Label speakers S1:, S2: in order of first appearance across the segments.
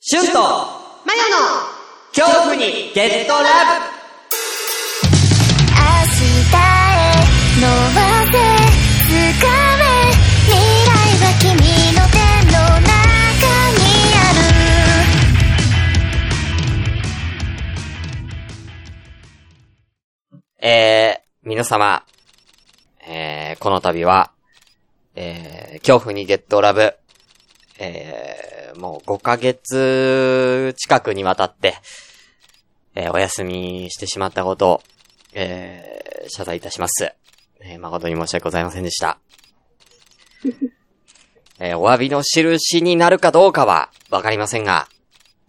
S1: シュンとマヨの恐怖にゲットラブ
S2: 明日へのばせ掴め未来は君の手の中にある
S1: えー、皆様、えー、この度は、えー、恐怖にゲットラブ、えー、もう5ヶ月近くにわたって、えー、お休みしてしまったことを、えー、謝罪いたします。えー、誠に申し訳ございませんでした。えー、お詫びの印になるかどうかは、わかりませんが、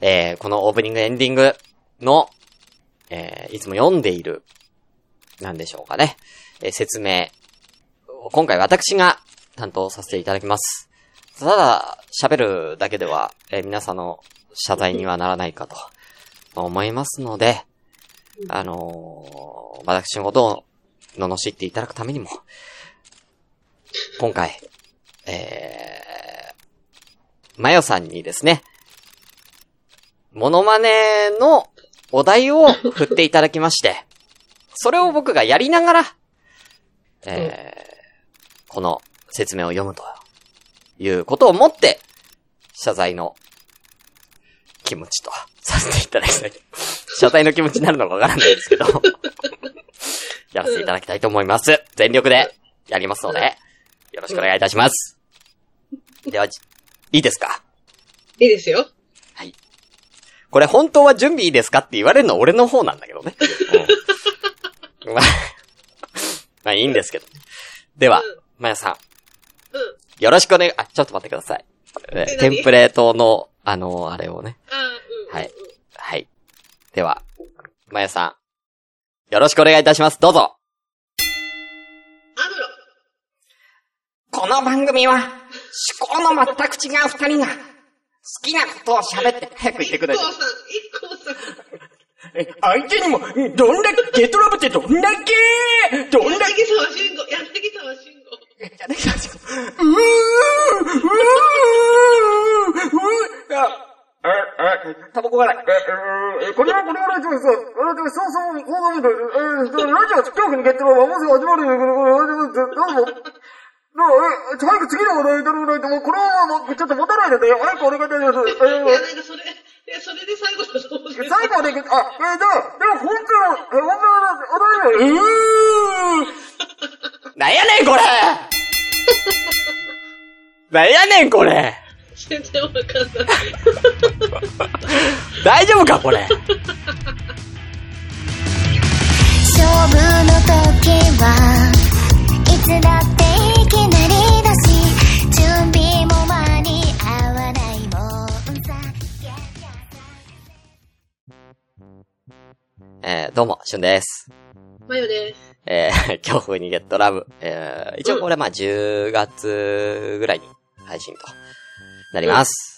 S1: えー、このオープニングエンディングの、えー、いつも読んでいるなんでしょうかね。えー説明。今回私が担当させていただきます。ただ、喋るだけでは、えー皆さんの謝罪にはならないかと、まあ思いますので、あのー私のことを罵っていただくためにも、今回、えー、マヨさんにですね、モノマネのお題を振っていただきまして、それを僕がやりながら、えー、この説明を読むということをもって、謝罪の気持ちとさせていただきたい。謝罪の気持ちになるのかわからないですけど、 やらせていただきたいと思います。全力でやりますので、よろしくお願いいたします。では、じいいですか
S3: いいですよ。
S1: これ本当は準備いいですかって言われるのは俺の方なんだけどね。うん、まあ、まあいいんですけど。では、まやさん。
S3: うん。
S1: よろしくお願い、あ、ちょっと待ってください。え
S3: え
S1: テ
S3: 何
S1: ンプレートの、あの、あれをね。
S3: あうん。
S1: はい。はい。では、まやさん。よろしくお願いいたします。どうぞ。
S3: アムロ。
S1: この番組は、思考の全く違う二人が、好きなことを喋って、早く言ってくだ
S3: 一
S1: さ
S3: 光さん、一光さん。
S4: え相手にも、んどんだけ、ゲトラブってどんだけどんだけ、
S3: 柳沢慎吾、柳沢慎吾。
S4: うーうーうーうーあ、あ、あ、タバコがない。ええこれは、これは、そうそう、そうそう、こういうこと、え、ラジオ、恐怖にゲットラブはもうすぐ始まるよ、これ、これ、どうも。どうも、え、早く次の話題いただかないと、もう、これはもう、ちょっと持たないので、早くお願いいたします。
S3: いや、
S4: え
S3: なんかそれ、いや、それで最後だと思うけど。
S4: 最後で、あ、えー、でも、でも、本当は、え、本当は、お題は、うー
S1: い。なんやねんこれなんやねんこれ
S3: 全然わかんない。
S1: 大丈夫かこれ
S2: 勝負の時はいつだっていきなりだし準備も間に合わないもんさ
S1: えー、どうも、しゅんです。
S3: マヨです。
S1: えー、 恐怖にゲットラブ。えー、一応これまあ10月ぐらいに配信となります。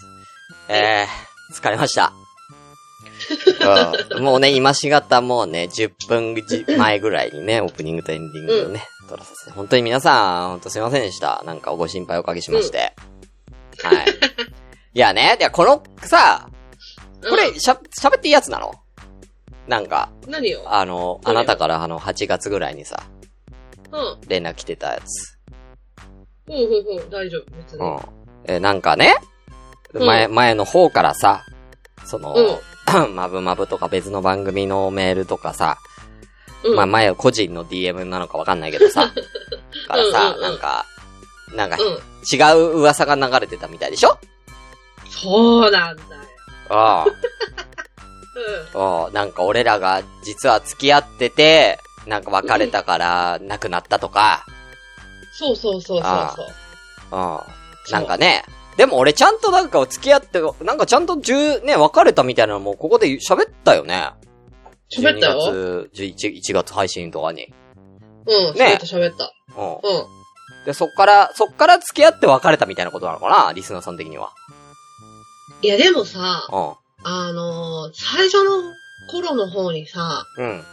S1: えー、疲れました。うんもうね、今しがたもうね、10分じ前ぐらいにね、オープニングとエンディングをね、撮らさせて、本当に皆さん、本当すいませんでした。なんかご心配おかけしまして。はい。いやね、いや、この、さ、これ、しゃ、喋っていいやつなのなんか、
S3: うん、何よ。
S1: あの、あなたからあの、8月ぐらいにさ、
S3: うん。ほ
S1: 連絡来てたやつ。
S3: うほうほう、大丈夫。別
S1: う
S3: に。うん
S1: ん。え、なんかね、
S3: うん
S1: 前、前の方からさ、その、
S3: うん。
S1: まぶまぶとか別の番組のメールとかさ、
S3: うん。
S1: まあ前個人の DM なのかわかんないけど さ、から
S3: うんう
S1: さ、
S3: ん
S1: なんか、なんか
S3: うん。
S1: 違う噂が流れてたみたいでしょ
S3: そうなんだよ。
S1: ああ、うんなんか俺らが実は付き合ってて、なんか別れたから亡くなったとか、
S3: うん。そうそうそうそう
S1: あ
S3: そう。
S1: うん。なんかね、でも俺ちゃんとなんかお付き合って、なんかちゃんと10ね、別れたみたいなのもここで喋ったよね。
S3: 喋ったよ。
S1: 12月、11 1月配信とかに。
S3: うん。
S1: ね
S3: 喋った喋った。
S1: うん。
S3: うん。
S1: で、そっから、そっから付き合って別れたみたいなことなのかなリスナーさん的には。
S3: いや、でもさ、
S1: う
S3: あのー最初の頃の方にさ、
S1: ん。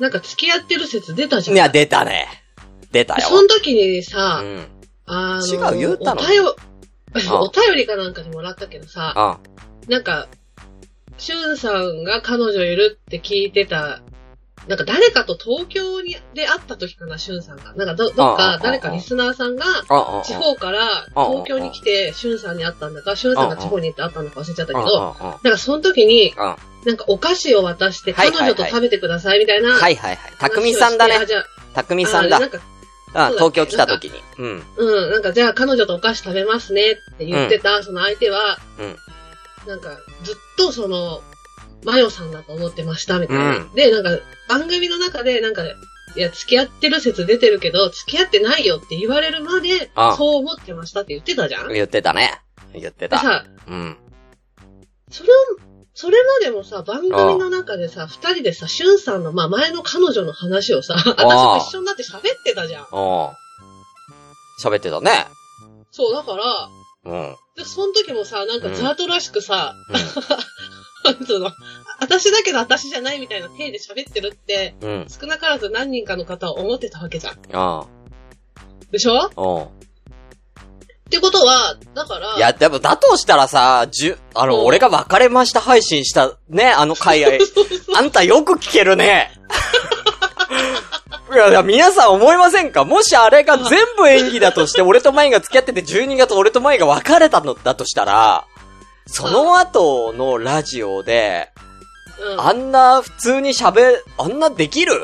S3: なんか付き合ってる説出たじ
S1: うん。
S3: ゃん。
S1: いや、出たね。出たよ。
S3: その時にさ、
S1: うん。
S3: あの
S1: 違う言うたの
S3: お便
S1: あ
S3: お便りかなんかでもらったけどさ、
S1: あ
S3: なんか、シュンさんが彼女いるって聞いてた、なんか誰かと東京にで会った時かな、シュンさんが。なんかど、どっ
S1: あああ
S3: か
S1: あ
S3: 誰かリスナーさんが、
S1: あ、ああ、
S3: 地方から東京に来て、シュンさんに会ったんだか、シュンさんが地方に行って会ったんだか忘れちゃったけ
S1: あ
S3: ど、
S1: あ、あ
S3: なんかその時に、
S1: あ、あ
S3: なんかお菓子を渡して
S1: はい
S3: 彼
S1: はいはい
S3: 女と食べてくださいみたいな
S1: あ。
S3: 話をして。
S1: はいはいはい。匠さんだ
S3: あ
S1: ね。
S3: じゃあ
S1: 匠さんだ
S3: あ。なんか、
S1: あ
S3: そうだっ
S1: 東
S3: け
S1: 京来た時に。うん。
S3: うん、なんかじゃあ彼女とお菓子食べますねって言ってた、その相手は、
S1: うん
S3: なんかずっとその、マヨさんだと思ってましたみたいな。
S1: う
S3: で、なんか番組の中でなんか、いや、付き合ってる説出てるけど、付き合ってないよって言われるまで
S1: あ、
S3: そう思ってましたって言ってたじゃんで
S1: 言ってたね。言ってた。
S3: さ、
S1: うん。
S3: それを、それまでもさ、番組の中でさ、二人でさ、しゅんさんの、まあ前の彼女の話をさ、
S1: あ
S3: 私と一緒になって喋ってたじゃん。
S1: おう喋ってたね。
S3: そう、だから、
S1: うん。
S3: でその時もさ、なん
S1: う
S3: か
S1: ん
S3: ザートらしくさ、
S1: うん
S3: その、私だけど私じゃないみたいな体で喋ってるって、
S1: うん。
S3: 少なからず何人かの方は思ってたわけじゃん。
S1: あ
S3: でしょっ
S1: あ、おう
S3: てことは、だから、
S1: いや、でも、だとしたらさ、じゅ、あ
S3: う
S1: の、
S3: ん
S1: 俺が別れました配信した、ね、あの海 外。あんたよく聞けるね。 いや、いや皆さん思いませんかもしあれが全部演技だとして、俺とマイが付き合ってて12月俺とマイが別れたのだとしたら、その後のラジオで、
S3: うん、
S1: あんな普通に喋、あんなできる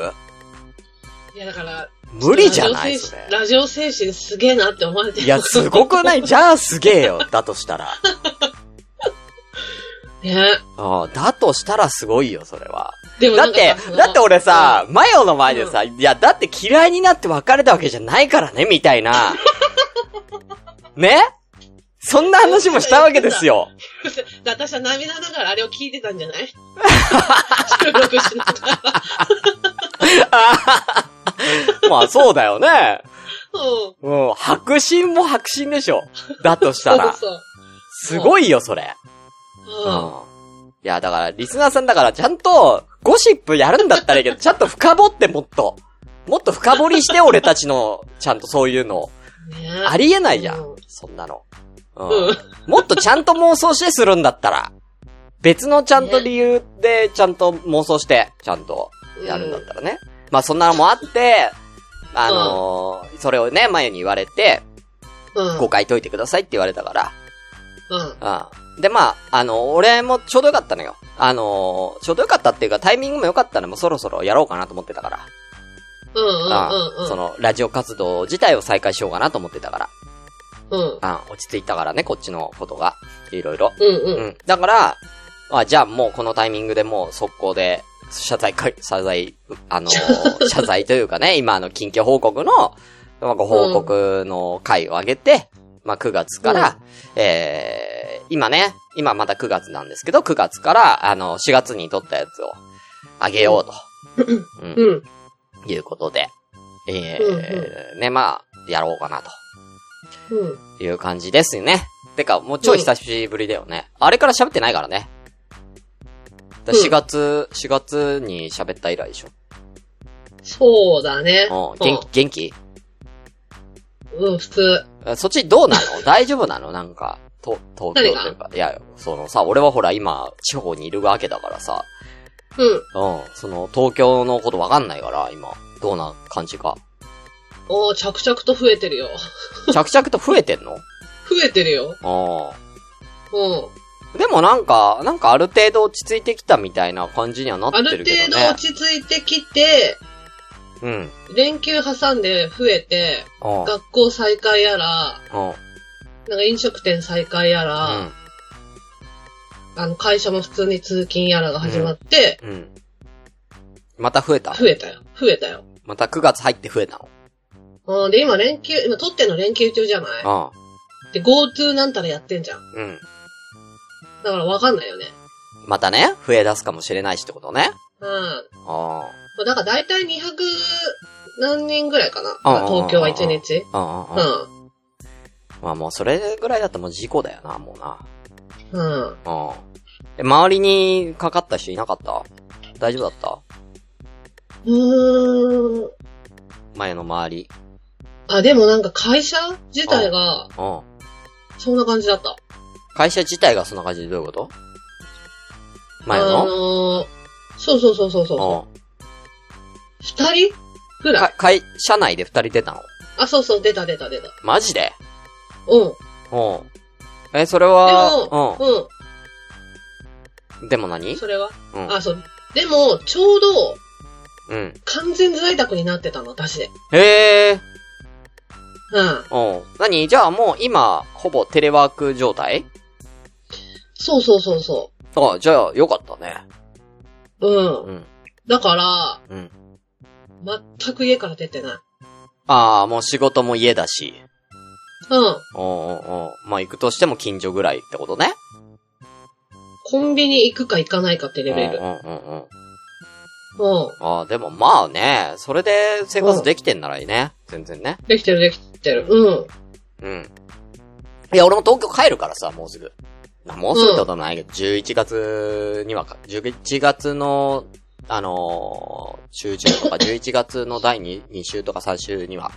S3: いやだから、
S1: 無理じゃない
S3: ラジオ
S1: そ
S3: 精
S1: れ
S3: 神。ラジオ精神すげえなって思われてる
S1: いや、すごく ないじゃあすげえよ。だとしたら。
S3: ね。
S1: ああだとしたらすごいよ、それは。
S3: でも
S1: だ
S3: な
S1: っ
S3: んかさ
S1: て
S3: そ、の
S1: だって俺さ、マヨの前でさ、いや、だって嫌いになって別れたわけじゃないからね、みたい な。ねそんな話もしたわけですよ。
S3: うんで私は涙ながらあれを聞いてたんじゃない収録しながら。
S1: まあそうだよね。
S3: うん。
S1: うん、白心も白心でしょ。だとしたら。
S3: そうそう。
S1: すごいよ、それ。
S3: う。
S1: うんん。いや、だから、リスナーさんだから、ちゃんと、ゴシップやるんだったらいいけど、ちゃんと深掘ってもっと。もっと深掘りして、俺たちの、ちゃんとそういうの。
S3: ね
S1: ありえないじゃん
S3: うん。
S1: そんなの。
S3: う
S1: うんん。。もっとちゃんと妄想してするんだったら、別のちゃんと理由でちゃんと妄想して、ちゃんとやるんだったらね。まあそんなのもあって、あのーそれをね、前に言われて、
S3: うん。
S1: 誤解解いてくださいって言われたか
S3: うん。
S1: ら。うん。で、まあ、あの、俺もちょうどよかったのよ。あのーちょうどよかったっていうか、タイミングもよかったのもうそろそろやろうかなと思ってたから。
S3: うんうん
S1: うん。その、ラジオ活動自体を再開しようかなと思ってたから。
S3: うんうん。
S1: うん。落ち着いたからね、こっちのことが。いろいろ。
S3: うんう。
S1: うんん。だから、あ、じゃあもうこのタイミングでもう速攻で、謝罪か、謝罪、あのー、謝罪というかね、今あの、近況報告の、まあご報告の回を上げて、まあ、9月から、えー、今ね、今まだ9月なんですけど、9月から、あの、4月に撮ったやつを、あげようと、うん、
S3: うん。
S1: いうことで、え
S3: う
S1: ー、ね、まあ、やろうかなと。
S3: うん。
S1: いう感じですね。てか、もうちょい久しぶりだよね。あれから喋ってないからね。だ
S3: うん
S1: 4月、4月に喋った以来でしょ。
S3: そうだね。
S1: うん、元気、元気
S3: うん、普通。
S1: あそっちどうな の大丈夫なのなんか、と、東京というか。いや、そのさ、俺はほら今、地方にいるわけだからさ。
S3: うん。
S1: うん、その、東京のことわかんないから、今。どうな感じか。
S3: おー、着々と増えてるよ。
S1: 着々と増えてんの
S3: 増えてるよ。
S1: あ
S3: う。
S1: あ。でもなんか、なんかある程度落ち着いてきたみたいな感じにはなん
S3: あ
S1: って
S3: る
S1: るけど
S3: 程度
S1: ね
S3: 落。ち着いてきて、
S1: うん。
S3: 連休挟んで増えて、
S1: うん。
S3: 学校再開やら、
S1: うん。
S3: なんか飲食店再開や
S1: うん
S3: ら、あの、会社も普通に通勤やらが始まって、
S1: うん。また増えた
S3: 増えたよ。増えたよ。
S1: また9月入って増えたの
S3: うん、で、今連休、今撮ってんの連休中じゃない
S1: あ
S3: で、GoTo なんたらやってんじゃん。
S1: あうん。
S3: だからわかんないよね。
S1: またね、増え出すかもしれないしってことね。
S3: うん。
S1: あ
S3: まあだから大体200何人ぐらいかな。
S1: ああ
S3: 東京は1日。
S1: あ。ああ。
S3: う
S1: ああ。
S3: ん。
S1: まあもうそれぐらいだったらもう事故だよな、もうな。
S3: うん。
S1: ああ。え、周りにかかった人いなかった大丈夫だった
S3: うーん。
S1: 前の周り。
S3: あ、でもなんか会社自体が
S1: うん。
S3: そんな感じだった。
S1: 会社自体がそんな感じでどういうこと前
S3: あ
S1: の
S3: のー、そうそうそうそうそうう。二人ぐ
S1: ん。
S3: らい
S1: か、会、社内で二人出たの
S3: あ、そうそう、出た出た出た。
S1: マジで
S3: うん。
S1: うん。え、それ
S3: で
S1: は
S3: も、、うん。
S1: うん。でも何
S3: それは、
S1: うん
S3: あ、そう。でも、ちょうど、
S1: うん。
S3: 完全在宅になってたの、私で。
S1: へえ。
S3: うん。
S1: うん。何じゃあもう今、ほぼテレワーク状態
S3: そうそうそうそ
S1: あ、じゃあよかったね。
S3: う。うん。
S1: うん。
S3: だから、
S1: うん。
S3: 全く家から出てない。
S1: ああ、もう仕事も家だし。
S3: うん。
S1: おうんうんうん。まあ行くとしても近所ぐらいってことね。
S3: コンビニ行くか行かないかってレベル
S1: う。んうんうんうん。
S3: うん。
S1: ああ、でもまあね、それで生活できてんならいいね。全然ね。
S3: できてるできてる。うん。
S1: うん。いや、俺も東京帰るからさ、もうすぐ。なもうすぐってことはないけど、11月にはか、11月の、あのー、週中とか、11月の第 2, 2週とか3週には、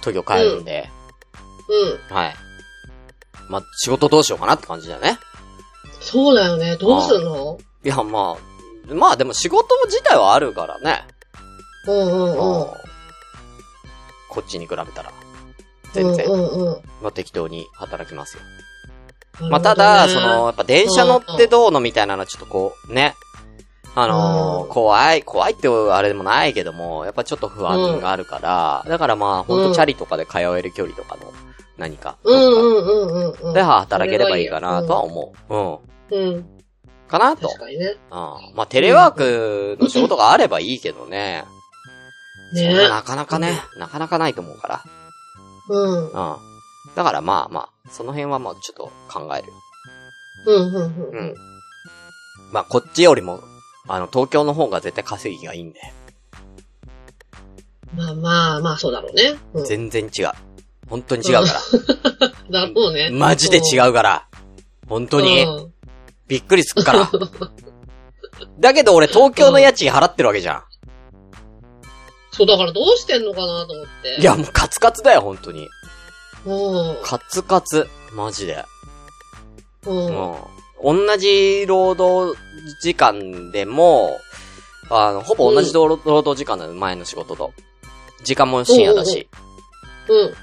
S1: 東京帰るんで、
S3: うん。
S1: はい。まあ、仕事どうしようかなって感じだよね。
S3: そうだよね。どうすんの
S1: いや、まあ、まあでも仕事自体はあるからね。
S3: うんうんうん。
S1: うんこっちに比べたら。全然。
S3: うんうんうん。
S1: まあ適当に働きますよ。ま
S3: な
S1: あ、ただ、
S3: るほどね
S1: その、、やっぱ電車乗ってどうのみたいなのはちょっとこう、ね。あの
S3: う
S1: ー
S3: ん
S1: 怖い、怖いってあれでもないけども、やっぱちょっと不安があるから、だからまあ、ほん
S3: う
S1: と
S3: ん
S1: チャリとかで通える距離とかの何か。
S3: うんうんうんうんうん。
S1: で、働ければいいかなとは思う。
S3: うん。
S1: うん。かなと。
S3: 確かにね。
S1: うん。まあ、テレワークの仕事があればいいけどね。そ
S3: ね
S1: んななかなかね、なかなかないと思うから。
S3: う
S1: う
S3: ん。
S1: ん。だからまあまあ、その辺はまあちょっと考える。
S3: うんうん
S1: う
S3: うんん。。
S1: まあこっちよりも、あの、東京の方が絶対稼ぎがいいんで、
S3: まあまあまあ、そうだろうね。うん。
S1: 全然違う。本当に違うか
S3: だろう
S1: ら。
S3: ね。
S1: マジで違うから。本当に
S3: う、ん
S1: びっくりすっから。だけど俺東京の家賃払ってるわけじゃ
S3: そう、だからどうしてんのかなと思って。
S1: ん。い。や、もうカツカツだよ、本当に。
S3: う
S1: カツカツ。マジで。
S3: ん。うん。
S1: うん。同じ労働時間でも、あの、ほぼ同じ労労働時間なの、前の仕事と。時間も深夜だし。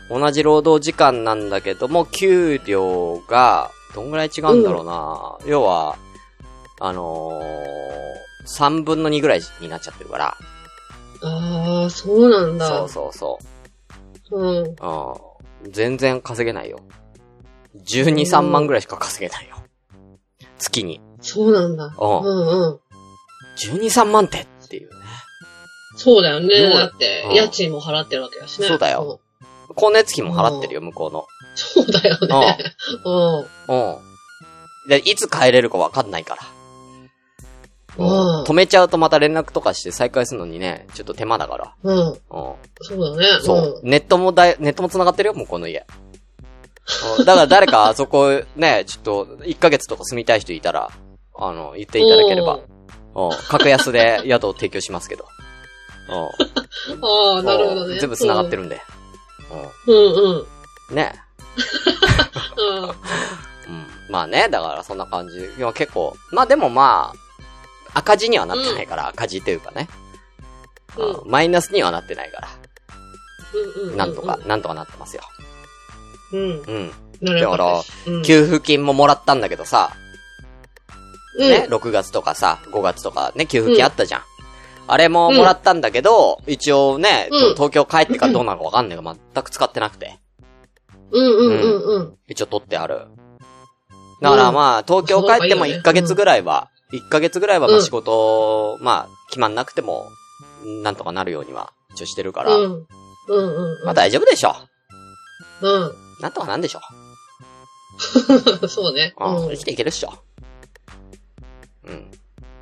S3: うん。
S1: 同じ労働時間なんだけども、給料が、どんぐらい違うんだろうな、要は、あのー、3分の2ぐらいになっちゃってるから。
S3: ああ、そうなんだ。
S1: そうそうそ
S3: うん。
S1: う。うん。全然稼げないよ。12、3万ぐらいしか稼げないよ。月に。
S3: そうなんだ。
S1: うん
S3: うんうん。
S1: 12、3万ってっていうね。
S3: そうだよ
S1: そう
S3: ね。
S1: だ
S3: だって
S1: う、ん
S3: 家賃も払ってるわけだしね。
S1: そうだよ光熱費も払ってるよ、向こうの。
S3: うん。そうだよね。うん。
S1: うん。で、いつ帰れるかわかんないから。
S3: うん
S1: 止めちゃうとまた連絡とかして再開するのにね、ちょっと手間だから。
S3: うん。
S1: うん。
S3: そうだね。
S1: そう。ネットもだい、ネットも繋がってるよ、もうこの家。うんだから誰かあそこね、 ちょっと、1ヶ月とか住みたい人いたら、あの、言っていただければ、うん。格安で宿を提供しますけど。う
S3: うん。ああ、
S1: ん。
S3: なるほどね。
S1: うん全部繋がってるんで。
S3: うん。うんうん。
S1: うん。ね。
S3: うん。
S1: うん。まあね、だからそんな感じ。いや、結構、まあでもまあ、赤字にはなってないから、赤字というかね。
S3: うん
S1: うんマイナスにはなってないか
S3: うんう
S1: ら、な
S3: ん。
S1: んとか、。なんとかなってますよ。
S3: うん。
S1: うん。
S3: なるほどです。うん
S1: 給付金ももらったんだけどさ、
S3: うん
S1: ね、6月とかさ、5月とかね、給付金あったじゃん。あれももらったんだけど、一応ね、
S3: うん
S1: ちょっと東京帰ってからどうなるかわかんないが、全く使ってなくて。
S3: うんうんうんうん。
S1: 一応取ってある。だからまあ、東京帰っても
S3: そういいよね
S1: 1ヶ月ぐらいは、1ヶ月ぐらいはまあ
S3: うん
S1: 仕事、まあ、決まんなくても、なんとかなるようには、一応してるから、
S3: うん。うんうんうん。
S1: まあ大丈夫でしょ。
S3: う
S1: なんとかなんでしょ。
S3: ん。 そうね。
S1: うん、生きていけるっしょ。うん。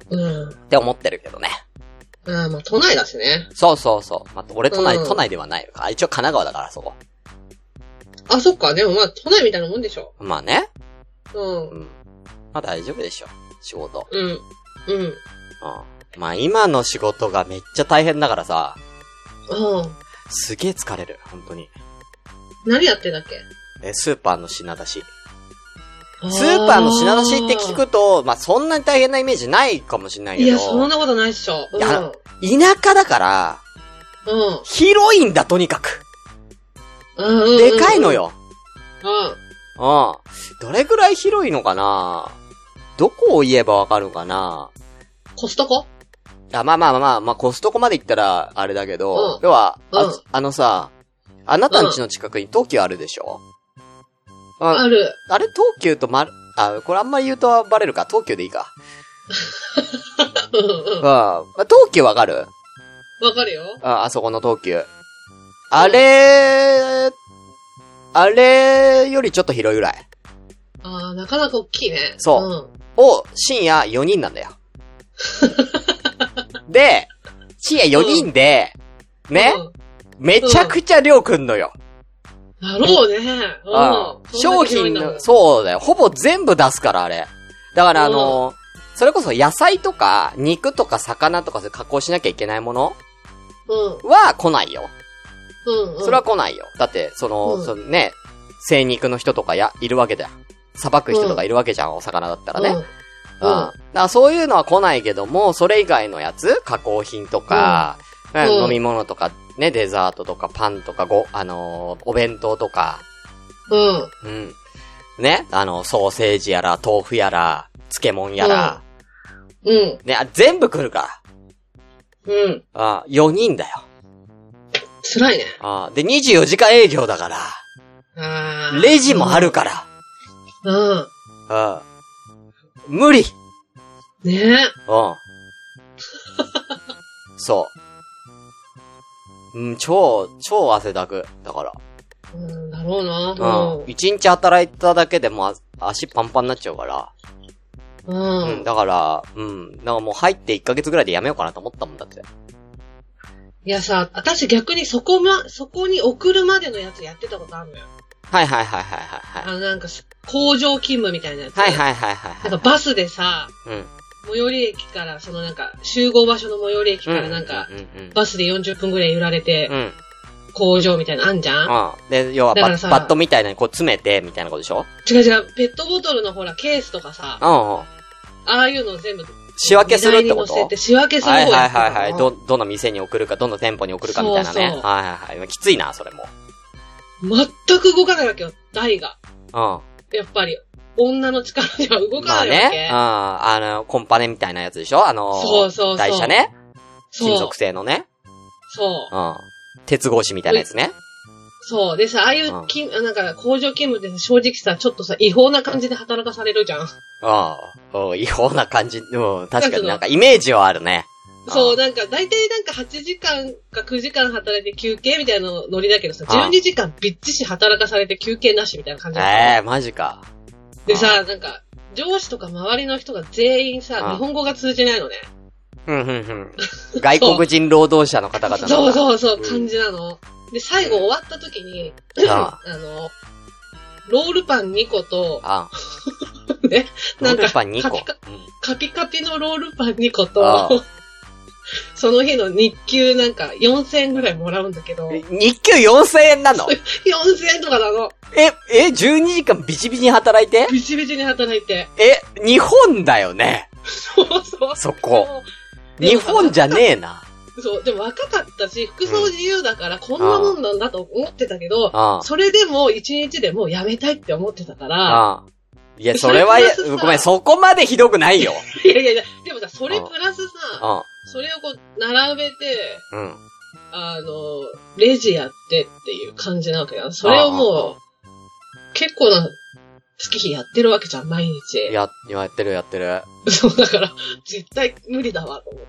S3: うん。うん。
S1: って思ってるけどね。
S3: ああ、まあ、都内だしね。
S1: そうそうそう。まあ、俺都内、
S3: うん
S1: 都内ではないか。一応神奈川だから、そこ。
S3: あ、そっか。でもまあ、都内みたいなもんでしょ。
S1: まあね。
S3: うん
S1: う。ん。まあ大丈夫でしょ。仕事。
S3: うん。うん。
S1: うん。まあ今の仕事がめっちゃ大変だからさ、
S3: うん。
S1: すげえ疲れる、本当に。
S3: 何やってんだっけ
S1: え、スーパーの品出し。スーパーの品出しって聞くと、まあ、そんなに大変なイメージないかもしれない
S3: い
S1: け
S3: や、そ
S1: ど
S3: ん、なことないっしょ。うん。
S1: いや
S3: うん。
S1: 田舎だから、
S3: うん
S1: 広いんだ、とにかく。
S3: うんうん。
S1: でかいのよ。
S3: う。
S1: うん。どれぐらい広いのかなどこを言えばわかるかなん
S3: コストコ
S1: あ、まあまあまあ、まあ、コストコまで行ったら、あれだけど、
S3: うん
S1: 要は、あ、
S3: うん
S1: あのさ、あなたん家の近くに東急あるでしょ、あ
S3: ある。
S1: あれ東急とまる、あ、これあんまり言うとバレるか、東急でいいか。
S3: うん
S1: うん。
S3: うん。
S1: まあ、東急わかる
S3: わかるよ。
S1: あ、あそこの東急。あれー、あれよりちょっと広いぐらい。
S3: ああ、なかなか大きいね。
S1: そうを、深夜4人 なんだよ。で、深夜4人で、
S3: うん。
S1: ね、
S3: うん
S1: めちゃくちゃ量くんのよ。
S3: だろうね。
S1: うん
S3: うん。
S1: 商品の、そうだよ。ほぼ全部出すから、あれ。だから、あのーそれこそ野菜とか、肉とか魚とかそういう加工しなきゃいけないもの
S3: う。うん。
S1: は来ないよ。
S3: うん。うん
S1: それは、来ないよ。だって、その、
S3: うん
S1: そのね、生肉の人とかや、いるわけだよ。さばく人とかいるわけじゃん、お魚だったらね。
S3: うん。
S1: うん。
S3: うん
S1: だからそういうのは来ないけども、それ以外のやつ、加工品とか、ね
S3: うん
S1: 飲み物とか、ね、デザートとか、パンとか、ご、あのーお弁当とか、
S3: うん。
S1: うん。ね、あの、ソーセージやら、豆腐やら、漬物やら、
S3: うん。
S1: ね、あ全部来るか
S3: うん。
S1: ら。あ4人だよ。
S3: 辛いね。
S1: あで、24時間営業だから、
S3: あー
S1: レジもある。から、
S3: うん。
S1: うん。無 理
S3: ね
S1: うん。そう。うん、超、超汗だく。だから。
S3: うん。だろうな。
S1: うん。一日働いただけでもあ足パンパンになっちゃうから。
S3: う。
S1: うん。
S3: うんん。
S1: だから、うん。なんかもう入って1ヶ月ぐらいでやめようかなと思ったもんだって。
S3: いやさ、私逆にそこま、そこに送るまでのやつやってたことあるのよ。
S1: はいはいはいはいはい
S3: あのなんか、工場勤務みたいなやつ。
S1: はい。はいはいはいはい
S3: なんか
S1: は
S3: バスでさ、
S1: い。うん。
S3: 最寄り駅から、そのなんか、集合場所の最寄り駅からなんか
S1: う、んうん
S3: バスで40分ぐらい揺られて
S1: うん。う、ん。
S3: 工場みたいなのあんじゃん
S1: うん。で、要はバ
S3: だから
S1: ッ
S3: さ
S1: バットみたいなのにこう詰めて、みたいなことでしょ
S3: 違う違う、ペットボトルのほら、ケースとかさ、あ
S1: うんうん。
S3: あいうのを全部、
S1: 仕分けするってこ
S3: 荷台に乗せ
S1: と
S3: て仕分けする
S1: はい
S3: 方
S1: はい
S3: やってたの
S1: はいはい。ど、どの店に送るか、どの店舗に送るかみたいなね。
S3: そうそう
S1: はいはいはい。きついな、それも。
S3: 全く動かないわけよ、台が。
S1: う
S3: やっぱり、女の力では動
S1: ん。ま
S3: か
S1: あ
S3: ない
S1: ね
S3: わけ。。
S1: うん。あの、コンパネみたいなやつでしょあの、
S3: そうそうそう
S1: 台車ね。
S3: そ
S1: 金
S3: う。
S1: 属製のね。
S3: そう
S1: う。ん。鉄格子みたいなやつね。
S3: そう。でさ、ああいう
S1: うん
S3: 勤、なんか工場勤務ってさ正直さ、ちょっとさ、違法な感じで働かされるじゃん。
S1: うん。うん違法な感じ。うん。確かになんかイメージはあるね。うん
S3: そう、なんか、大体なんか8時間か9時間働いて休憩みたいなのノリだけどさ、
S1: うん
S3: 12時間びっちし働かされて休憩なしみたいな感じだった
S1: ええー、マジか。
S3: でさ、なんか、上司とか周りの人が全員
S1: うん
S3: さ、日本語が通じないのね。
S1: うんうんうん。外国人労働者の方々なんだ。
S3: そうそうそうう、
S1: ん
S3: 感じなの。で、最後終わった時に、
S1: うん
S3: あの、ロールパン2 個と、
S1: あ
S3: ね、
S1: ん。な
S3: なんん
S1: か
S3: か
S1: パン2個
S3: カピカ。カピカピのロールパン2個
S1: あ
S3: と、 その日の日給なんか4000円ぐらいもらうんだけど、
S1: う
S3: 4000
S1: ん日給4000円なの
S3: 円とかなの。
S1: え、え、12時間ビチビチに働いて
S3: ビチビチに働いて。
S1: え、日本だよね
S3: そうそう。
S1: そこ。日本じゃねえな。
S3: そう、でも若かったし、服装自由だからこんなもんなんだと思ってたけど、
S1: うん。
S3: それでも一日でもうやめたいって思ってたから、
S1: うん。いや、それは
S3: それプラスさ、
S1: ごめん、そこまでひどくないよ。
S3: いやいやいや、でもさ、それプラスさ、
S1: う
S3: それをこう、並べて、
S1: ん。うん。
S3: あの、レジやってっていう感じなわけだ。それをもう、結構な月日やってるわけじゃん、毎日。
S1: や、やってるやってる。
S3: そう、だから、絶対無理だわ、と思っ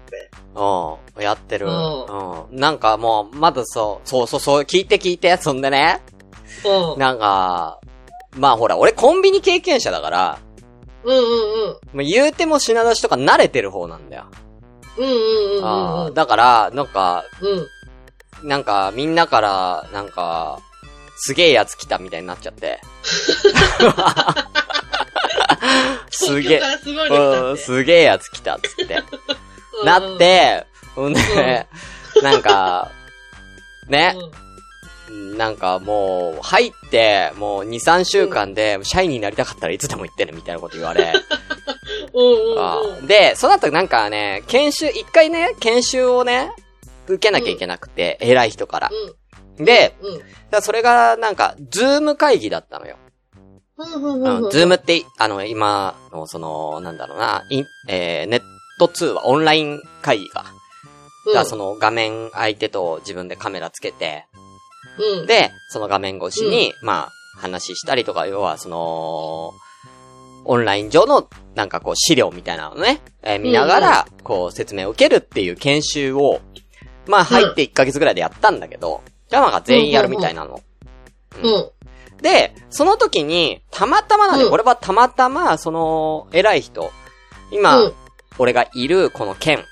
S3: て。
S1: うん。やってる。
S3: うん
S1: うん。なんかもう、まだそう、そうそうそう、聞いて聞いて、そんでね。
S3: う
S1: なんか、まあほら、俺コンビニ経験者だから、
S3: ん。うんうんうん。
S1: まあ言うても品出しとか慣れてる方なんだよ。
S3: うんうんうん
S1: あ
S3: う
S1: あ
S3: ん
S1: だから、なんか、
S3: うん。うん。
S1: なんか、みんなから、なんか、すげえやつ来たみたいになっちゃって。すげ
S3: 東京
S1: え
S3: か、らすごいの来た
S1: うん、
S3: って
S1: すげえやつ来たっつって。
S3: うん
S1: なって、ほんで、なんか、ね
S3: う、ん
S1: なんかもう、入って、もう2、3週間で、シャイになりたかったらいつでも行ってね、みたいなこと言われ。
S3: うんうん
S1: あ
S3: うん。
S1: ーで、その後なんかね、研修、一回ね、研修をね、受けなきゃいけなくて、偉い人から。で、
S3: うん。うん。
S1: だからそれがなんか、ズーム会議だったのよ。
S3: うんうんうん
S1: う、
S3: うんん。
S1: ズームって、あの、今の、その、なんだろうな、イン、えー、ネット通話、オンライン会議が。
S3: うん
S1: だからその画面相手と自分でカメラつけて、
S3: うん。
S1: で、その画面越しに、まあ、話したりとか、要はその、オンライン上の、なんかこう、資料みたいなのね、えー見ながら、こう、説明を受けるっていう研修を、まあ、入って1ヶ月ぐらいでやったんだけど、ジャマが全員やるみたいなの。
S3: うん。
S1: で、その時に、たまたまなんで、
S3: うん
S1: 俺はたまたま、その、偉い人、
S3: う
S1: 今
S3: ん、
S1: 俺がいる、この県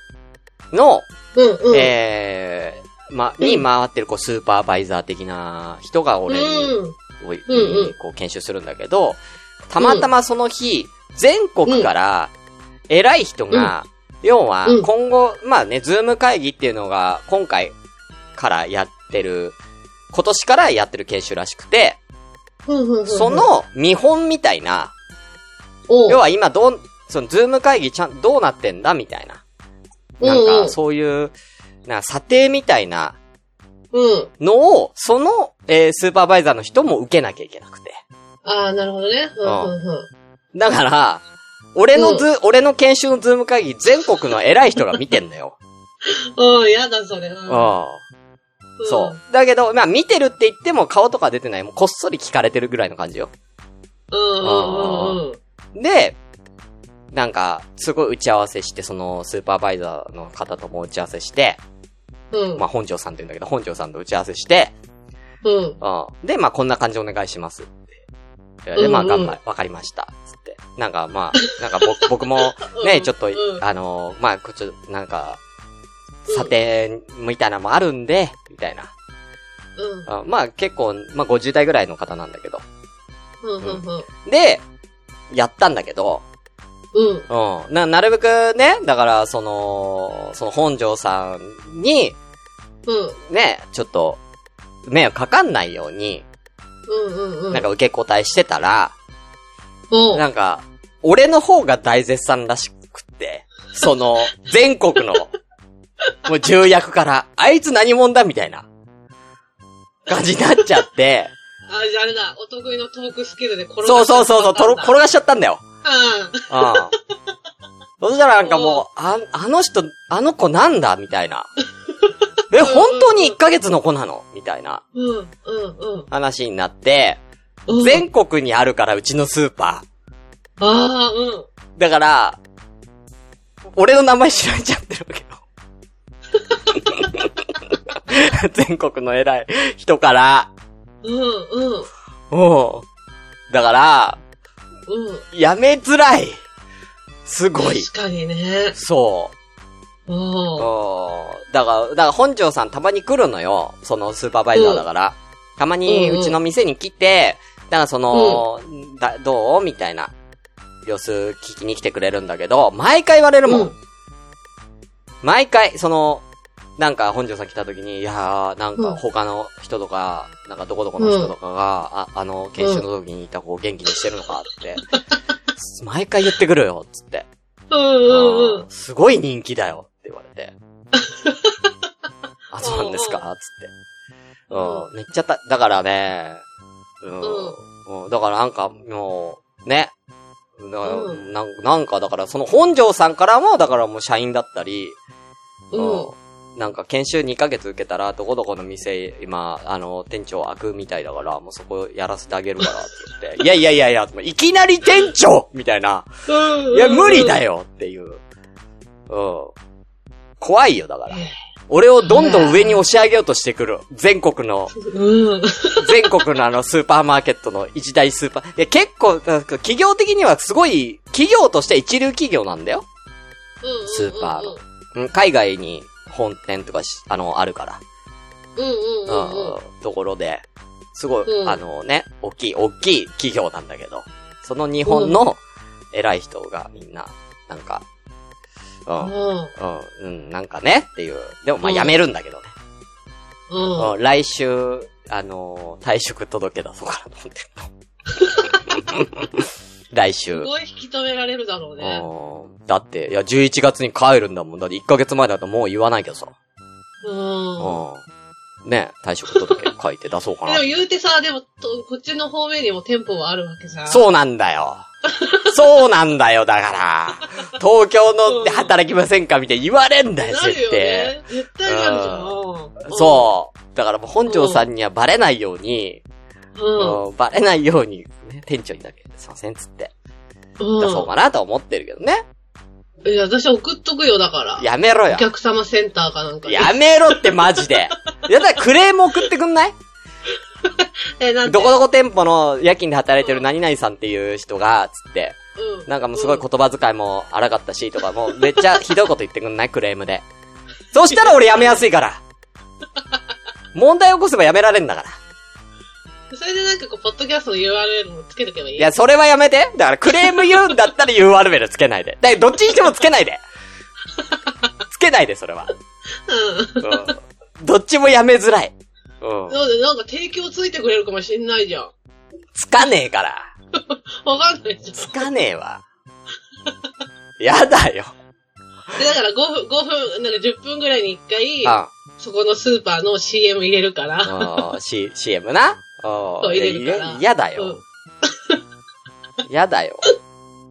S1: の、
S3: うんうん。
S1: えー、ま、に回ってる、こう、スーパーバイザー的な人が俺に、
S3: うん。
S1: をい
S3: うんうん
S1: こう、研修するんだけど、たまたまその日、全国から、偉い人が、要は
S3: うん、
S1: 今後、まあね、ズーム会議っていうのが、今回からやってる、今年からやってる研修らしくて、
S3: うんうんうんうん。
S1: その見本みたいな、
S3: おう、
S1: 要は今どう、そのズーム会議ちゃん、どうなってんだみたいな。なん
S3: うんう
S1: か、
S3: ん
S1: そういう、なんか査定みたいな
S3: うん。
S1: のを、その、えースーパーバイザーの人も受けなきゃいけなくて。
S3: ああ、なるほどね。うんうんうん。
S1: だから、俺のズ、俺の研修のズーム会議、全国の偉い人が見てんのよ。
S3: うん、やだ、それ。うん。
S1: う
S3: うん
S1: ん。そう。だけど、まあ見てるって言っても顔とか出てない。もうこっそり聞かれてるぐらいの感じよ。
S3: うんうんうんうん。
S1: で、なんか、すごい打ち合わせして、その、スーパーバイザーの方とも打ち合わせして、
S3: うん。
S1: まあ、本庄さんって言うんだけど、本庄さんと打ち合わせして、
S3: うん。
S1: うん。で、まあ、こんな感じお願いしますって。で、まあ、
S3: うんう
S1: 頑
S3: ん
S1: 張、わかりました。つって。なんか、ま あ、なんか僕、僕も、ね、ちょっと、
S3: うん
S1: あのーまあ、こちょ、なんか、査定みたいなのもあるんで、みたいな。
S3: うん。
S1: うんまあ、結構、まあ、50代ぐらいの方なんだけど。
S3: うんうんうん。
S1: で、やったんだけど、
S3: うん。
S1: うん。な、なるべくね、だから、その、その本庄さんに、
S3: うん。
S1: ね、ちょっと、迷惑かかんないように、
S3: うんうんうん。
S1: なんか受け答えしてたら、
S3: おう、
S1: なんか、俺の方が大絶賛らしくって、そ の、全国の、もう重役から、あいつ何者だみたいな、感じになっちゃ って、
S3: あ、じゃああれだ、お得意のトークスキルで転が
S1: そうそうそうそう、とろ
S3: が
S1: 転がしちゃったんだよ。
S3: う。
S1: うん。そしたらなんかもう、あ、あの人、あの子なんだみたい な。え、本当に1ヶ月の子なのみたいなん
S3: うん。うん。
S1: 話になって、
S3: うん。
S1: 全国にあるから、うちのスーパ
S3: ああ、うん。
S1: ー。だから、俺の名前知られちゃってるわけよ。 全国の偉い人から、
S3: うん。うん。
S1: うん。だから、
S3: うん。
S1: やめづらい。すごい。
S3: 確かにね。
S1: そう。
S3: おう。
S1: うんだから、だから本庄さんたまに来るのよ。そのスーパーバイザーだから。たまに
S3: うんうん
S1: うちの店に来て、だからその、だどうみたいな。様子聞きに来てくれるんだけど、毎回言われるもん。
S3: うん
S1: 毎回、その、なんか本庄さん来た時に、いやー、なん
S3: う
S1: か
S3: ん
S1: 他の人とか、なんかどこどこの人とかが、ああの、研修の時にいた子を元気にしてるのか って、毎回言ってくるよ、つって。
S3: うんうんうん
S1: あー。すごい人気だよって言われ て。あ、そうなんですか
S3: うん
S1: つって。うん、めっちゃた、だからね、うん、うん、だからなんかもう、ね。な
S3: う
S1: なんなんか、だから、その本庄さんからも、だからもう社員だったり、
S3: うん。
S1: うんなんか研修2ヶ月受けたら、どこどこの店、今、あの、店長開くみたいだから、もうそこやらせてあげるからって 言って、いやいやいやいや、いきなり店長みたいな。
S3: う
S1: い
S3: ん。
S1: や、無理だ
S3: よ。
S1: よっていう。うん。怖いよ、だから。俺をどんどん上に押し上げようとしてくる。全国 の、
S3: うん。
S1: 全国のあのスーパーマーケットの一大スーパー。いや、結構、だから企業的にはすごい、企業として一流企業なんだよ。スーパーのうん、海外に本店とかし、あの、あるから。
S3: うんうん
S1: う
S3: うんうん。
S1: ん、ところで、すごい、
S3: うん
S1: あのね、大きい、大きい企業なんだけど、その日本の偉い人がみんな、なんか、うん、
S3: う
S1: う
S3: ん。
S1: ん、うん、なんかねっていう。でもまあ
S3: うん
S1: やめるんだけどね。
S3: うん。
S1: うん来週、あのー退職届出そうかなと 思ってる来週
S3: す。ごい引き止められるだろうね。
S1: うんだって、いや、11月に帰るんだもん。だって1ヶ月前だともう言わないけどさ。
S3: うん。
S1: うん。ね退職届書いて出そうか
S3: でも
S1: な。
S3: 言うてさ、でも、とこっちの方面にも店舗はあるわけさ。う。
S1: そうなんだ よ。そうなんだよ、だから。東京ので働きませんかみたいに言われんだよ、
S3: なる
S1: 絶
S3: よ
S1: 対。
S3: ね。絶対なるじゃん。うん
S1: そう。だからもう本庁さんにはバレないように、
S3: うん。うん。
S1: うんバレないように、ね、店長にだけ、すいません、つって、出そうかなとは思ってるけどね。
S3: いや、私送っとくよ、だから。
S1: やめろよ
S3: お。客様センターかなんかに。
S1: やめろって、マジで。 いや、だからクレーム送ってくんない
S3: え、なんて
S1: どこどこ店舗の夜勤で働いてる何々さんっていう人が、つって、
S3: うん。
S1: なんかもうすごい言葉遣いも荒かったし、とか、も うめっちゃひどいこと言ってくんないクレームで。そしたら俺やめやすいから。問題起こせばやめられんだから。
S3: うんそれでなんかこう、ポッドキャストの URL もつけとけばいい。
S1: いや、それはやめて。だからクレーム言うんだったら URL つけないで。だからどっちにしてもつけない で。つけないで、それは。
S3: う
S1: うん。どっちもやめづらい。
S3: ん。
S1: うん。
S3: そうで、なんか提供ついてくれるかもしんないじゃん。
S1: つかねえから。
S3: わかんないじゃん。
S1: つかねえ わ。やだよ。
S3: で、だから5分、5分、なんか10分ぐらいに1回、
S1: あ
S3: そこのスーパーの CM 入れるから。
S1: あー、C、CM な。あ
S3: そう
S1: あ、
S3: 入れるから
S1: いややだよ。やだよ。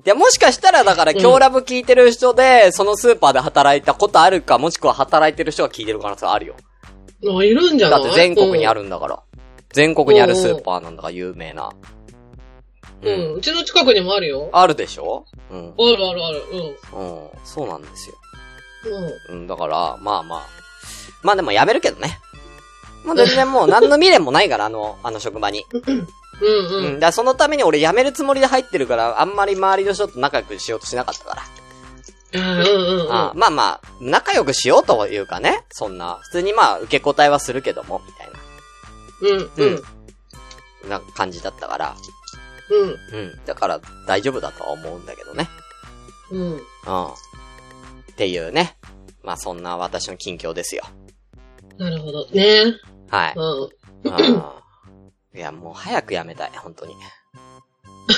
S1: いや、もしかしたら、だから、
S3: うん
S1: 今日ラブ聞いてる人で、そのスーパーで働いたことあるか、もしくは働いてる人が聞いてる可能性あるよ。
S3: うん。もういるんじゃな
S1: だ
S3: い
S1: って全国にあ
S3: る。
S1: るんだから。全国にあるスーパーなんだから、有名な。
S3: うん。うんうちの近くにもあるよ。
S1: あるでしょうん。うん。
S3: あるあるある。うん。
S1: そうなんですよ。
S3: うん。
S1: うん、だから、まあまあ。まあでもやめるけどね。まあ全然 もう何の未練もないから、あの、あの職場に。
S3: うん
S1: う。
S3: うんん。
S1: だからそのために俺辞めるつもりで入ってるから、あんまり周りの人と仲良くしようとしなかったから。
S3: うんうんうん。
S1: あまあまあ、仲良くしようというかね。そんな、普通にまあ受け答えはするけども、みたい
S3: うんうん。
S1: な、な感じだったから。
S3: うん。
S1: うん。だから大丈夫だとは思うんだけどね。
S3: うん。
S1: うん。っていうね。まあそんな私の近況ですよ。
S3: なるほど。ね。
S1: はい。
S3: うん。
S1: うんいや、もう早くやめたい、本当に。うん。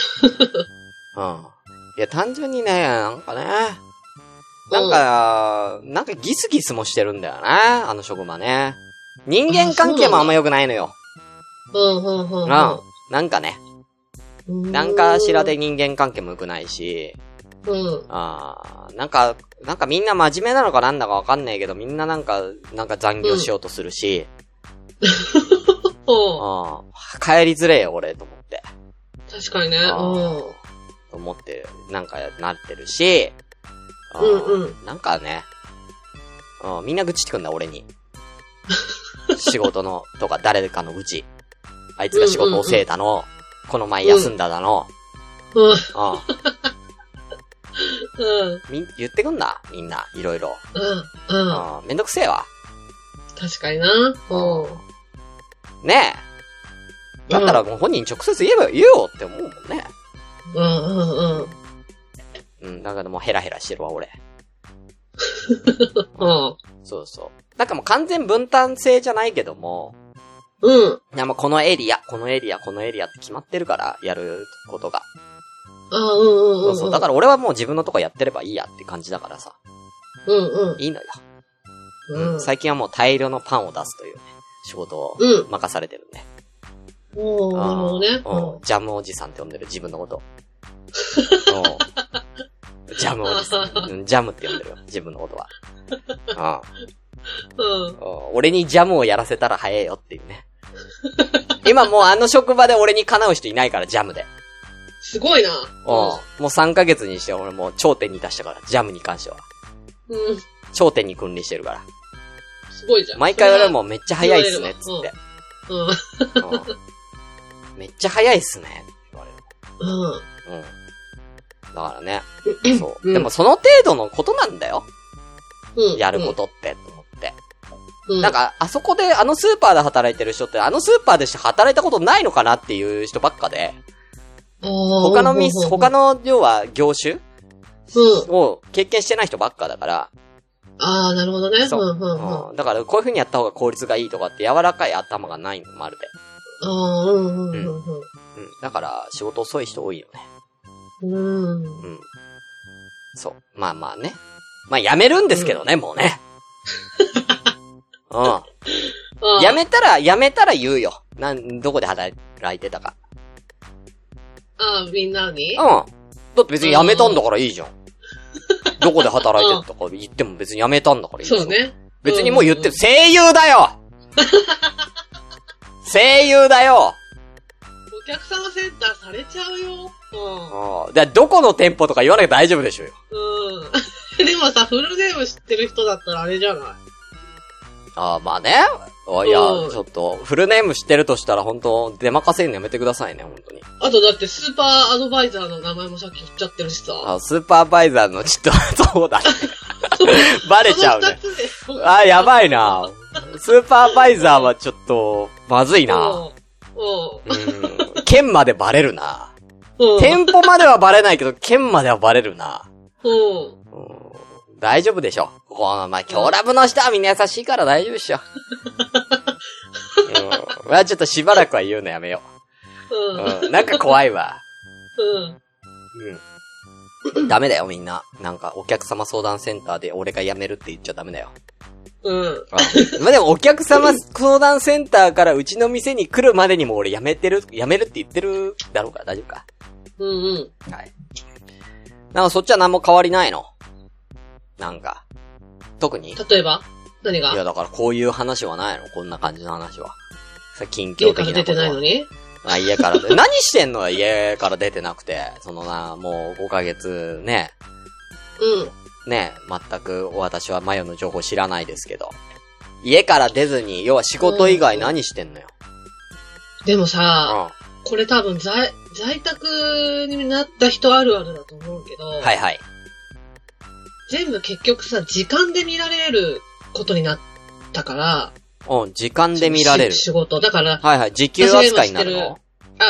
S1: いや、単純にね、なんかね、なんか、なんかギスギスもしてるんだよね、あの職場ね。人間関係もあんま良くないのよ。
S3: うんうんう
S1: うんん。
S3: う
S1: なんかね、
S3: ん。
S1: なんかしらで。人間関係も良くないし、
S3: うん。
S1: あーなんか、なんかみんな真面目なのかなんだかわかんないけど、みんななんか、なんか残業しようとするし、
S3: お
S1: あ
S3: う
S1: ー帰りづれえよ、俺、と思って。
S3: 確かにね。
S1: あー
S3: う
S1: 思ってる、なんかなってるし、あー
S3: うんう
S1: なんかね、うんみんな愚痴ってくんだ、俺に。仕事の、とか誰かの愚痴。あいつが仕事をせえたの、この前休んだだの、
S3: ん。うん。
S1: うん
S3: うん。
S1: み、言ってくんだ、みんな、いろいろ。
S3: うん。うん。
S1: うんめんどくせえわ。
S3: 確かにな。うん。
S1: ねえ。だったらもう本人に直接言えば、言えよって思うもんね。
S3: うんうんうん。
S1: うん、だからもうヘラヘラしてるわ、俺。
S3: うん。
S1: そうそう。なんかもう完全分担制じゃないけども、
S3: うん。
S1: いや、まあ、このエリア、このエリア、このエリアって決まってるから、やることが。
S3: ああ、うんうんうん。。
S1: そうそう。だからら俺はもう自分のとこやってればいいやって感じだからさ。
S3: うんうん。
S1: いいのよ。
S3: うん。
S1: 最近はもう大量のパンを出すというね、仕事を
S3: うん
S1: 任されてるね。
S3: おー、なるほどね。
S1: うん。ジャムおじさんって呼んでる、自分の こと。うんジャムおじさん。うんジャムって呼んでるよ、自分のことは。うん
S3: うん。
S1: うん俺にジャムをやらせたら早えよっていうね。今もうあの職場で俺に叶う人いないから、ジャムで。
S3: すごいな。
S1: うん。もう3ヶ月にして俺もう頂点に達したから、ジャムに関しては。
S3: うん。うん。
S1: 頂点に君臨してるから。
S3: すごいじゃん。
S1: 毎回俺
S3: も。
S1: もめっちゃ早いっすね、つって。
S3: うん。
S1: うんめっちゃ早いっすね、って言わ
S3: うん。
S1: れる。うん。だから ね。そうう。
S3: ん
S1: でもその程度のことなんだよ。
S3: うん。
S1: やることって、と思って。
S3: と。
S1: なん、か、あそこで、あのスーパーで働いてる人って、あのスーパーでしか働いたことないのかなっていう人ばっかで、他
S3: 他
S1: のミス、他
S3: の、
S1: の、要は、業種
S3: うん。
S1: を経験してない人ばっかだから、
S3: ああ、なるほどね。
S1: そう
S3: うん、うん、うん。あ
S1: うんだから、こういう風にやった方が効率がいいとかって柔らかい頭がないの、まるで。
S3: あー、うん、う
S1: う
S3: ん、うん、
S1: ん。だから、仕事遅い人多いよね。
S3: うん。うん。
S1: うん。そう。まあまあね。まあ、やめるんですけどね、もう ね。う
S3: あ
S1: ん。
S3: ー
S1: やめたら、やめたら言うよ。なん、どこで働いてたか。
S3: あーみんなに
S1: うん。だって別に辞めたんだからいい じゃん。どこで働いてるとか言っても別に辞めたんだからいいじゃん。
S3: そう。ね。
S1: 別にもう言って
S3: ん
S1: る。声優だ よ声優だよ
S3: お客様センターされちゃうよ。
S1: う
S3: う
S1: ん。だからどこの店舗とか言わなきゃ大丈夫でしょうよ。
S3: ん。 うん。でもさ、フルネーム知ってる人だったらあれじゃない
S1: ああ、まあね。あいや、
S3: うん
S1: ちょっと、フルネーム知ってるとしたら本当出まかせんのやめてくださいね、本当に。
S3: あとだってスーパーアドバイザーの名前もさっき言っちゃってるしさ。
S1: あスーパーバイザーのちょっと、 そうだね。バレちゃうね。
S3: その二つで
S1: あ、やばいな。スーパーバイザーはちょっと、まずいな。
S3: うん。
S1: うん。剣までバレるな。
S3: うん。うん。
S1: 店舗まではバレないけど、剣まではバレるな。
S3: うん。
S1: うん大丈夫でしょ。この、まあ、今日ラブの人はみんな優しいから大丈夫でしょ。うん。まあ、ちょっとしばらくは言うのやめよ
S3: う
S1: う。
S3: ん。
S1: うん。なんか怖いわ。
S3: うん。
S1: うん。ダメだよ、みんな。なんか、お客様相談センターで俺が辞めるって言っちゃダメだよ。
S3: うん。
S1: まあでも、お客様相談センターからうちの店に来るまでにも俺辞めてる、辞めるって言ってるだろうから大丈夫か。
S3: うん。うん。
S1: はい。なんかそっちは何も変わりないのなんか。特にい
S3: 例えば何が
S1: や、だからこういう話はないのこんな感じの話は。さ、近況
S3: 家か
S1: 的な
S3: ら出
S1: こ
S3: て
S1: と
S3: ない
S1: は
S3: のに
S1: あ、家から で。何してんの家から出てなくて。そのな、もう5ヶ月ね。
S3: うん。
S1: ね、全く私はマヨの情報知らないですけど。家から出ずに、要は仕事以外何してんのよ。
S3: でもさ、
S1: う
S3: これ多分在、在宅になった人あるあるだと思うけど、
S1: ん。はいはい。
S3: 全部結局さ、時間で見られることになったから、
S1: うん、時間で見られる
S3: し。仕事。だから、
S1: はいはい、時給扱いになる
S3: そういうの
S1: の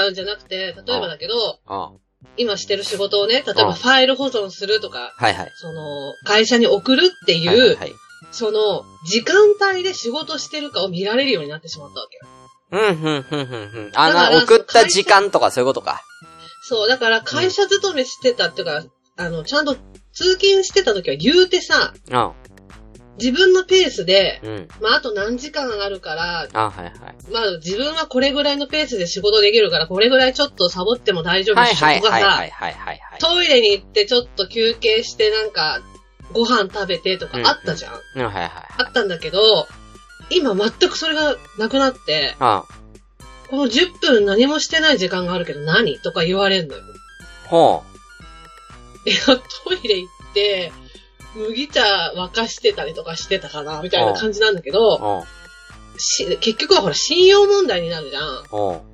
S3: あ、じゃなくて、例えばだけど、
S1: うん。は
S3: 今してる仕事をね、例え
S1: うん
S3: ばファイル保存するとか、
S1: いはい。
S3: その、会社に送るっていう、
S1: はいはいはい。
S3: その、時間帯で仕事してるかを見られるようになってしまったわけよ。
S1: うん、うん、うん、うん、うん。あ
S3: だから
S1: の、送った時間とかそういうことか。
S3: そう、だから会社勤めしてたっていうか、あの、ちゃんと通勤してた時は言うてさ、
S1: うん、
S3: 自分のペースで、
S1: うん。
S3: まあ、あと何時間あるから、
S1: あ、はいはい。
S3: まあ、自分はこれぐらいのペースで仕事できるから、これぐらいちょっとサボっても大丈夫
S1: はい
S3: し、
S1: はい
S3: とか
S1: はいは
S3: さ
S1: い、はいはいはい。
S3: トイレに行ってちょっと休憩してなんか、ご飯食べてとか
S1: うん
S3: あったじゃん。
S1: うん、はいはい。
S3: あったんだけど、今全くそれがなくなって、
S1: あ、
S3: この10分何もしてない時間があるけど何とか言われんのよ。
S1: ほう。
S3: いや、トイレ行って、麦茶沸かしてたりとかしてたかなみたいな感じなんだけど、
S1: うん、
S3: し結局はほら信用問題になるじゃん。
S1: ほ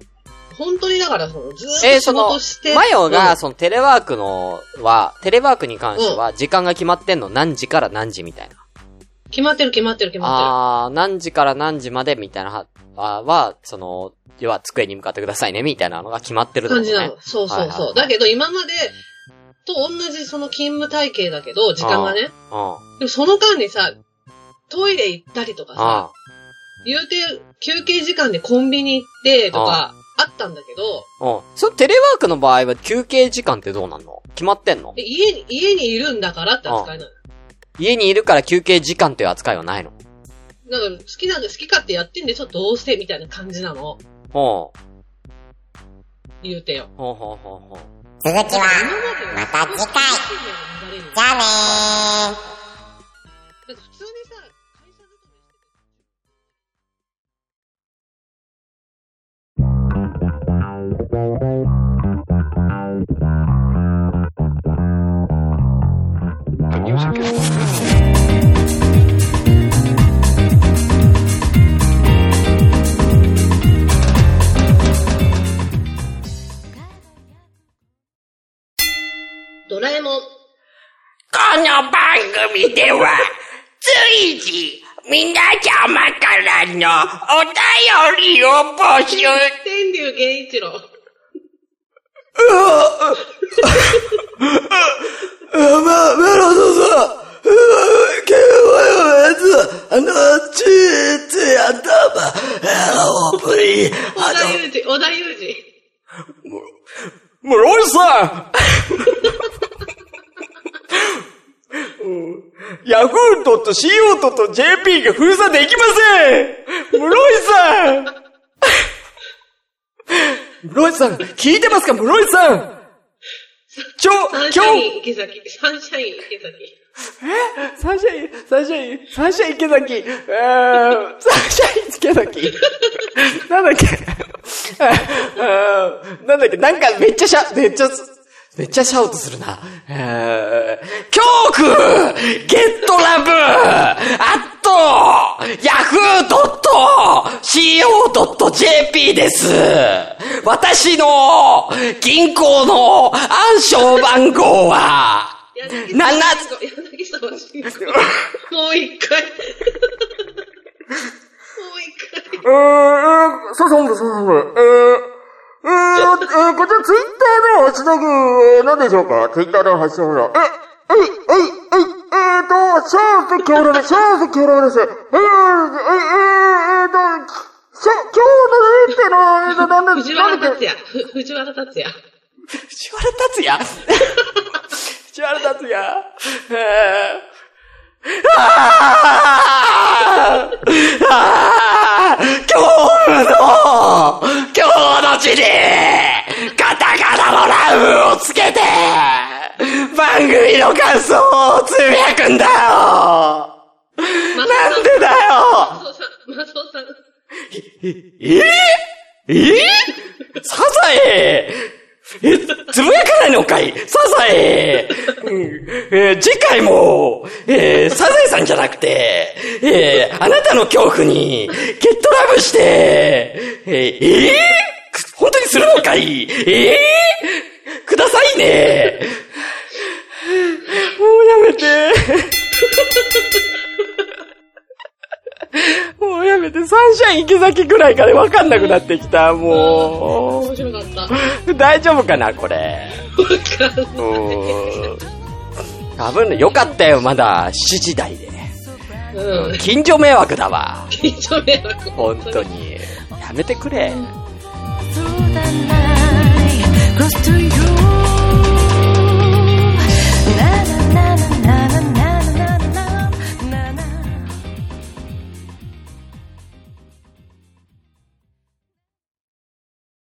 S3: 本当にだからそのずーっ
S1: えー
S3: と仕
S1: その
S3: 事して。
S1: う。マヨ
S3: う
S1: が、
S3: ん
S1: そのテレワークのは、テレワークに関しては、時間が決まってんの何時から何時みたいな。
S3: 決まってる決まってる決まっ
S1: ああー、何時から何時までみたいなは、あーは、その、要は机に向かってくださいね、みたいなのが決まって
S3: て
S1: ると
S3: る
S1: こ
S3: 感
S1: ね。
S3: じなの。そうそう
S1: はいはいは
S3: そ。
S1: いう
S3: だけど今までと同じその勤務体系だけど、時間がね。
S1: うん。
S3: でもその間にさ、トイレ行ったりとかさ、
S1: あ
S3: 言うて休憩時間でコンビニ行ってとかあったんだけど、
S1: あ。うん。そのテレワークの場合は休憩時間ってどうなんの決まってんの
S3: で家に、家にいるんだからって扱いなの。
S1: 家にいるから休憩時間という扱いはないの
S3: なんか好きなんで好き勝手やってんでしょどうせみたいな感じなの。
S1: ほう。
S3: 言うてよ。
S1: ほうほうほうほう。
S5: 続きは、
S3: ま
S5: た次回じ
S3: だ
S5: ゃあねー。
S3: って普通にさ、会社勤めしててドラえもん。
S6: この番組では、随時、皆様からのお便りを募集。
S3: 天竜源一郎。
S1: あ、メロドさん、うわ、けわよ
S7: あの、ちーつい頭、あオープニング、
S3: 小田裕二、小田裕二。
S4: 室井さんヤフードと CO と JP が封鎖できません室井さん室井さん、聞いてますか室井さんちょ、
S3: サンシ
S4: 今
S3: ャ
S4: 日
S3: イン池崎。サンシャイン池崎。
S4: サンシャイン、サンシャイン、サンシャイン池崎、えー、サンシャイン池崎、なんだっけ、あーなんだっけ、なんかめっちゃシャ、めっちゃ、
S6: めっちゃシャウトするな。えー、教区ゲットラブアットヤフードット CO ドット JP です私の銀行の暗証番号は、
S3: 柳
S6: な
S3: 沢
S6: な
S3: 慎吾柳沢慎吾。もう一回。もう一回。
S4: えー、えー、そうそう、そうそう、えー、えー、えー、こちらツイッターのハッシュタグ、えー何でしょうかツイッターのハッシュタグの、え、えい、えい、えい、えーと、シャーズキョロです、シャーズキョロです、えー、えー、えー、えーと、しゃ、今日のえーってのは、えーと、なんで、
S3: 藤
S4: なん
S3: 原
S4: だっけ
S3: 達也。ふ藤原達也。
S6: 藤原達也 藤原達也えーあーあー今日の、今日の地に、カタカナのラウンをつけて、番組の感想をつぶやくんだよ
S3: マ
S6: なんでだよ
S3: マソさん、マソさん。
S6: えええサザエえ、 つぶやかないのかいサザエ、うんえー次回も、えーサザエさんじゃなくて、えーあなたの恐怖に、ゲットラブして、えーえー本当にするのかいええくださいねもうやめて。
S4: もうやめて、サンシャイン池崎ぐらいからわかんなくなってきた、も
S3: 面白かった。わ
S4: う。 大丈夫かな、これ。
S3: かん
S4: う
S3: ない。
S4: ーん
S6: 多分ね、よかったよ、まだ、7時台で。
S3: うん。
S6: 近所迷惑だわ。
S3: 緊張迷惑。
S6: 本当。に。やめてくれ。
S2: そうだない Close to you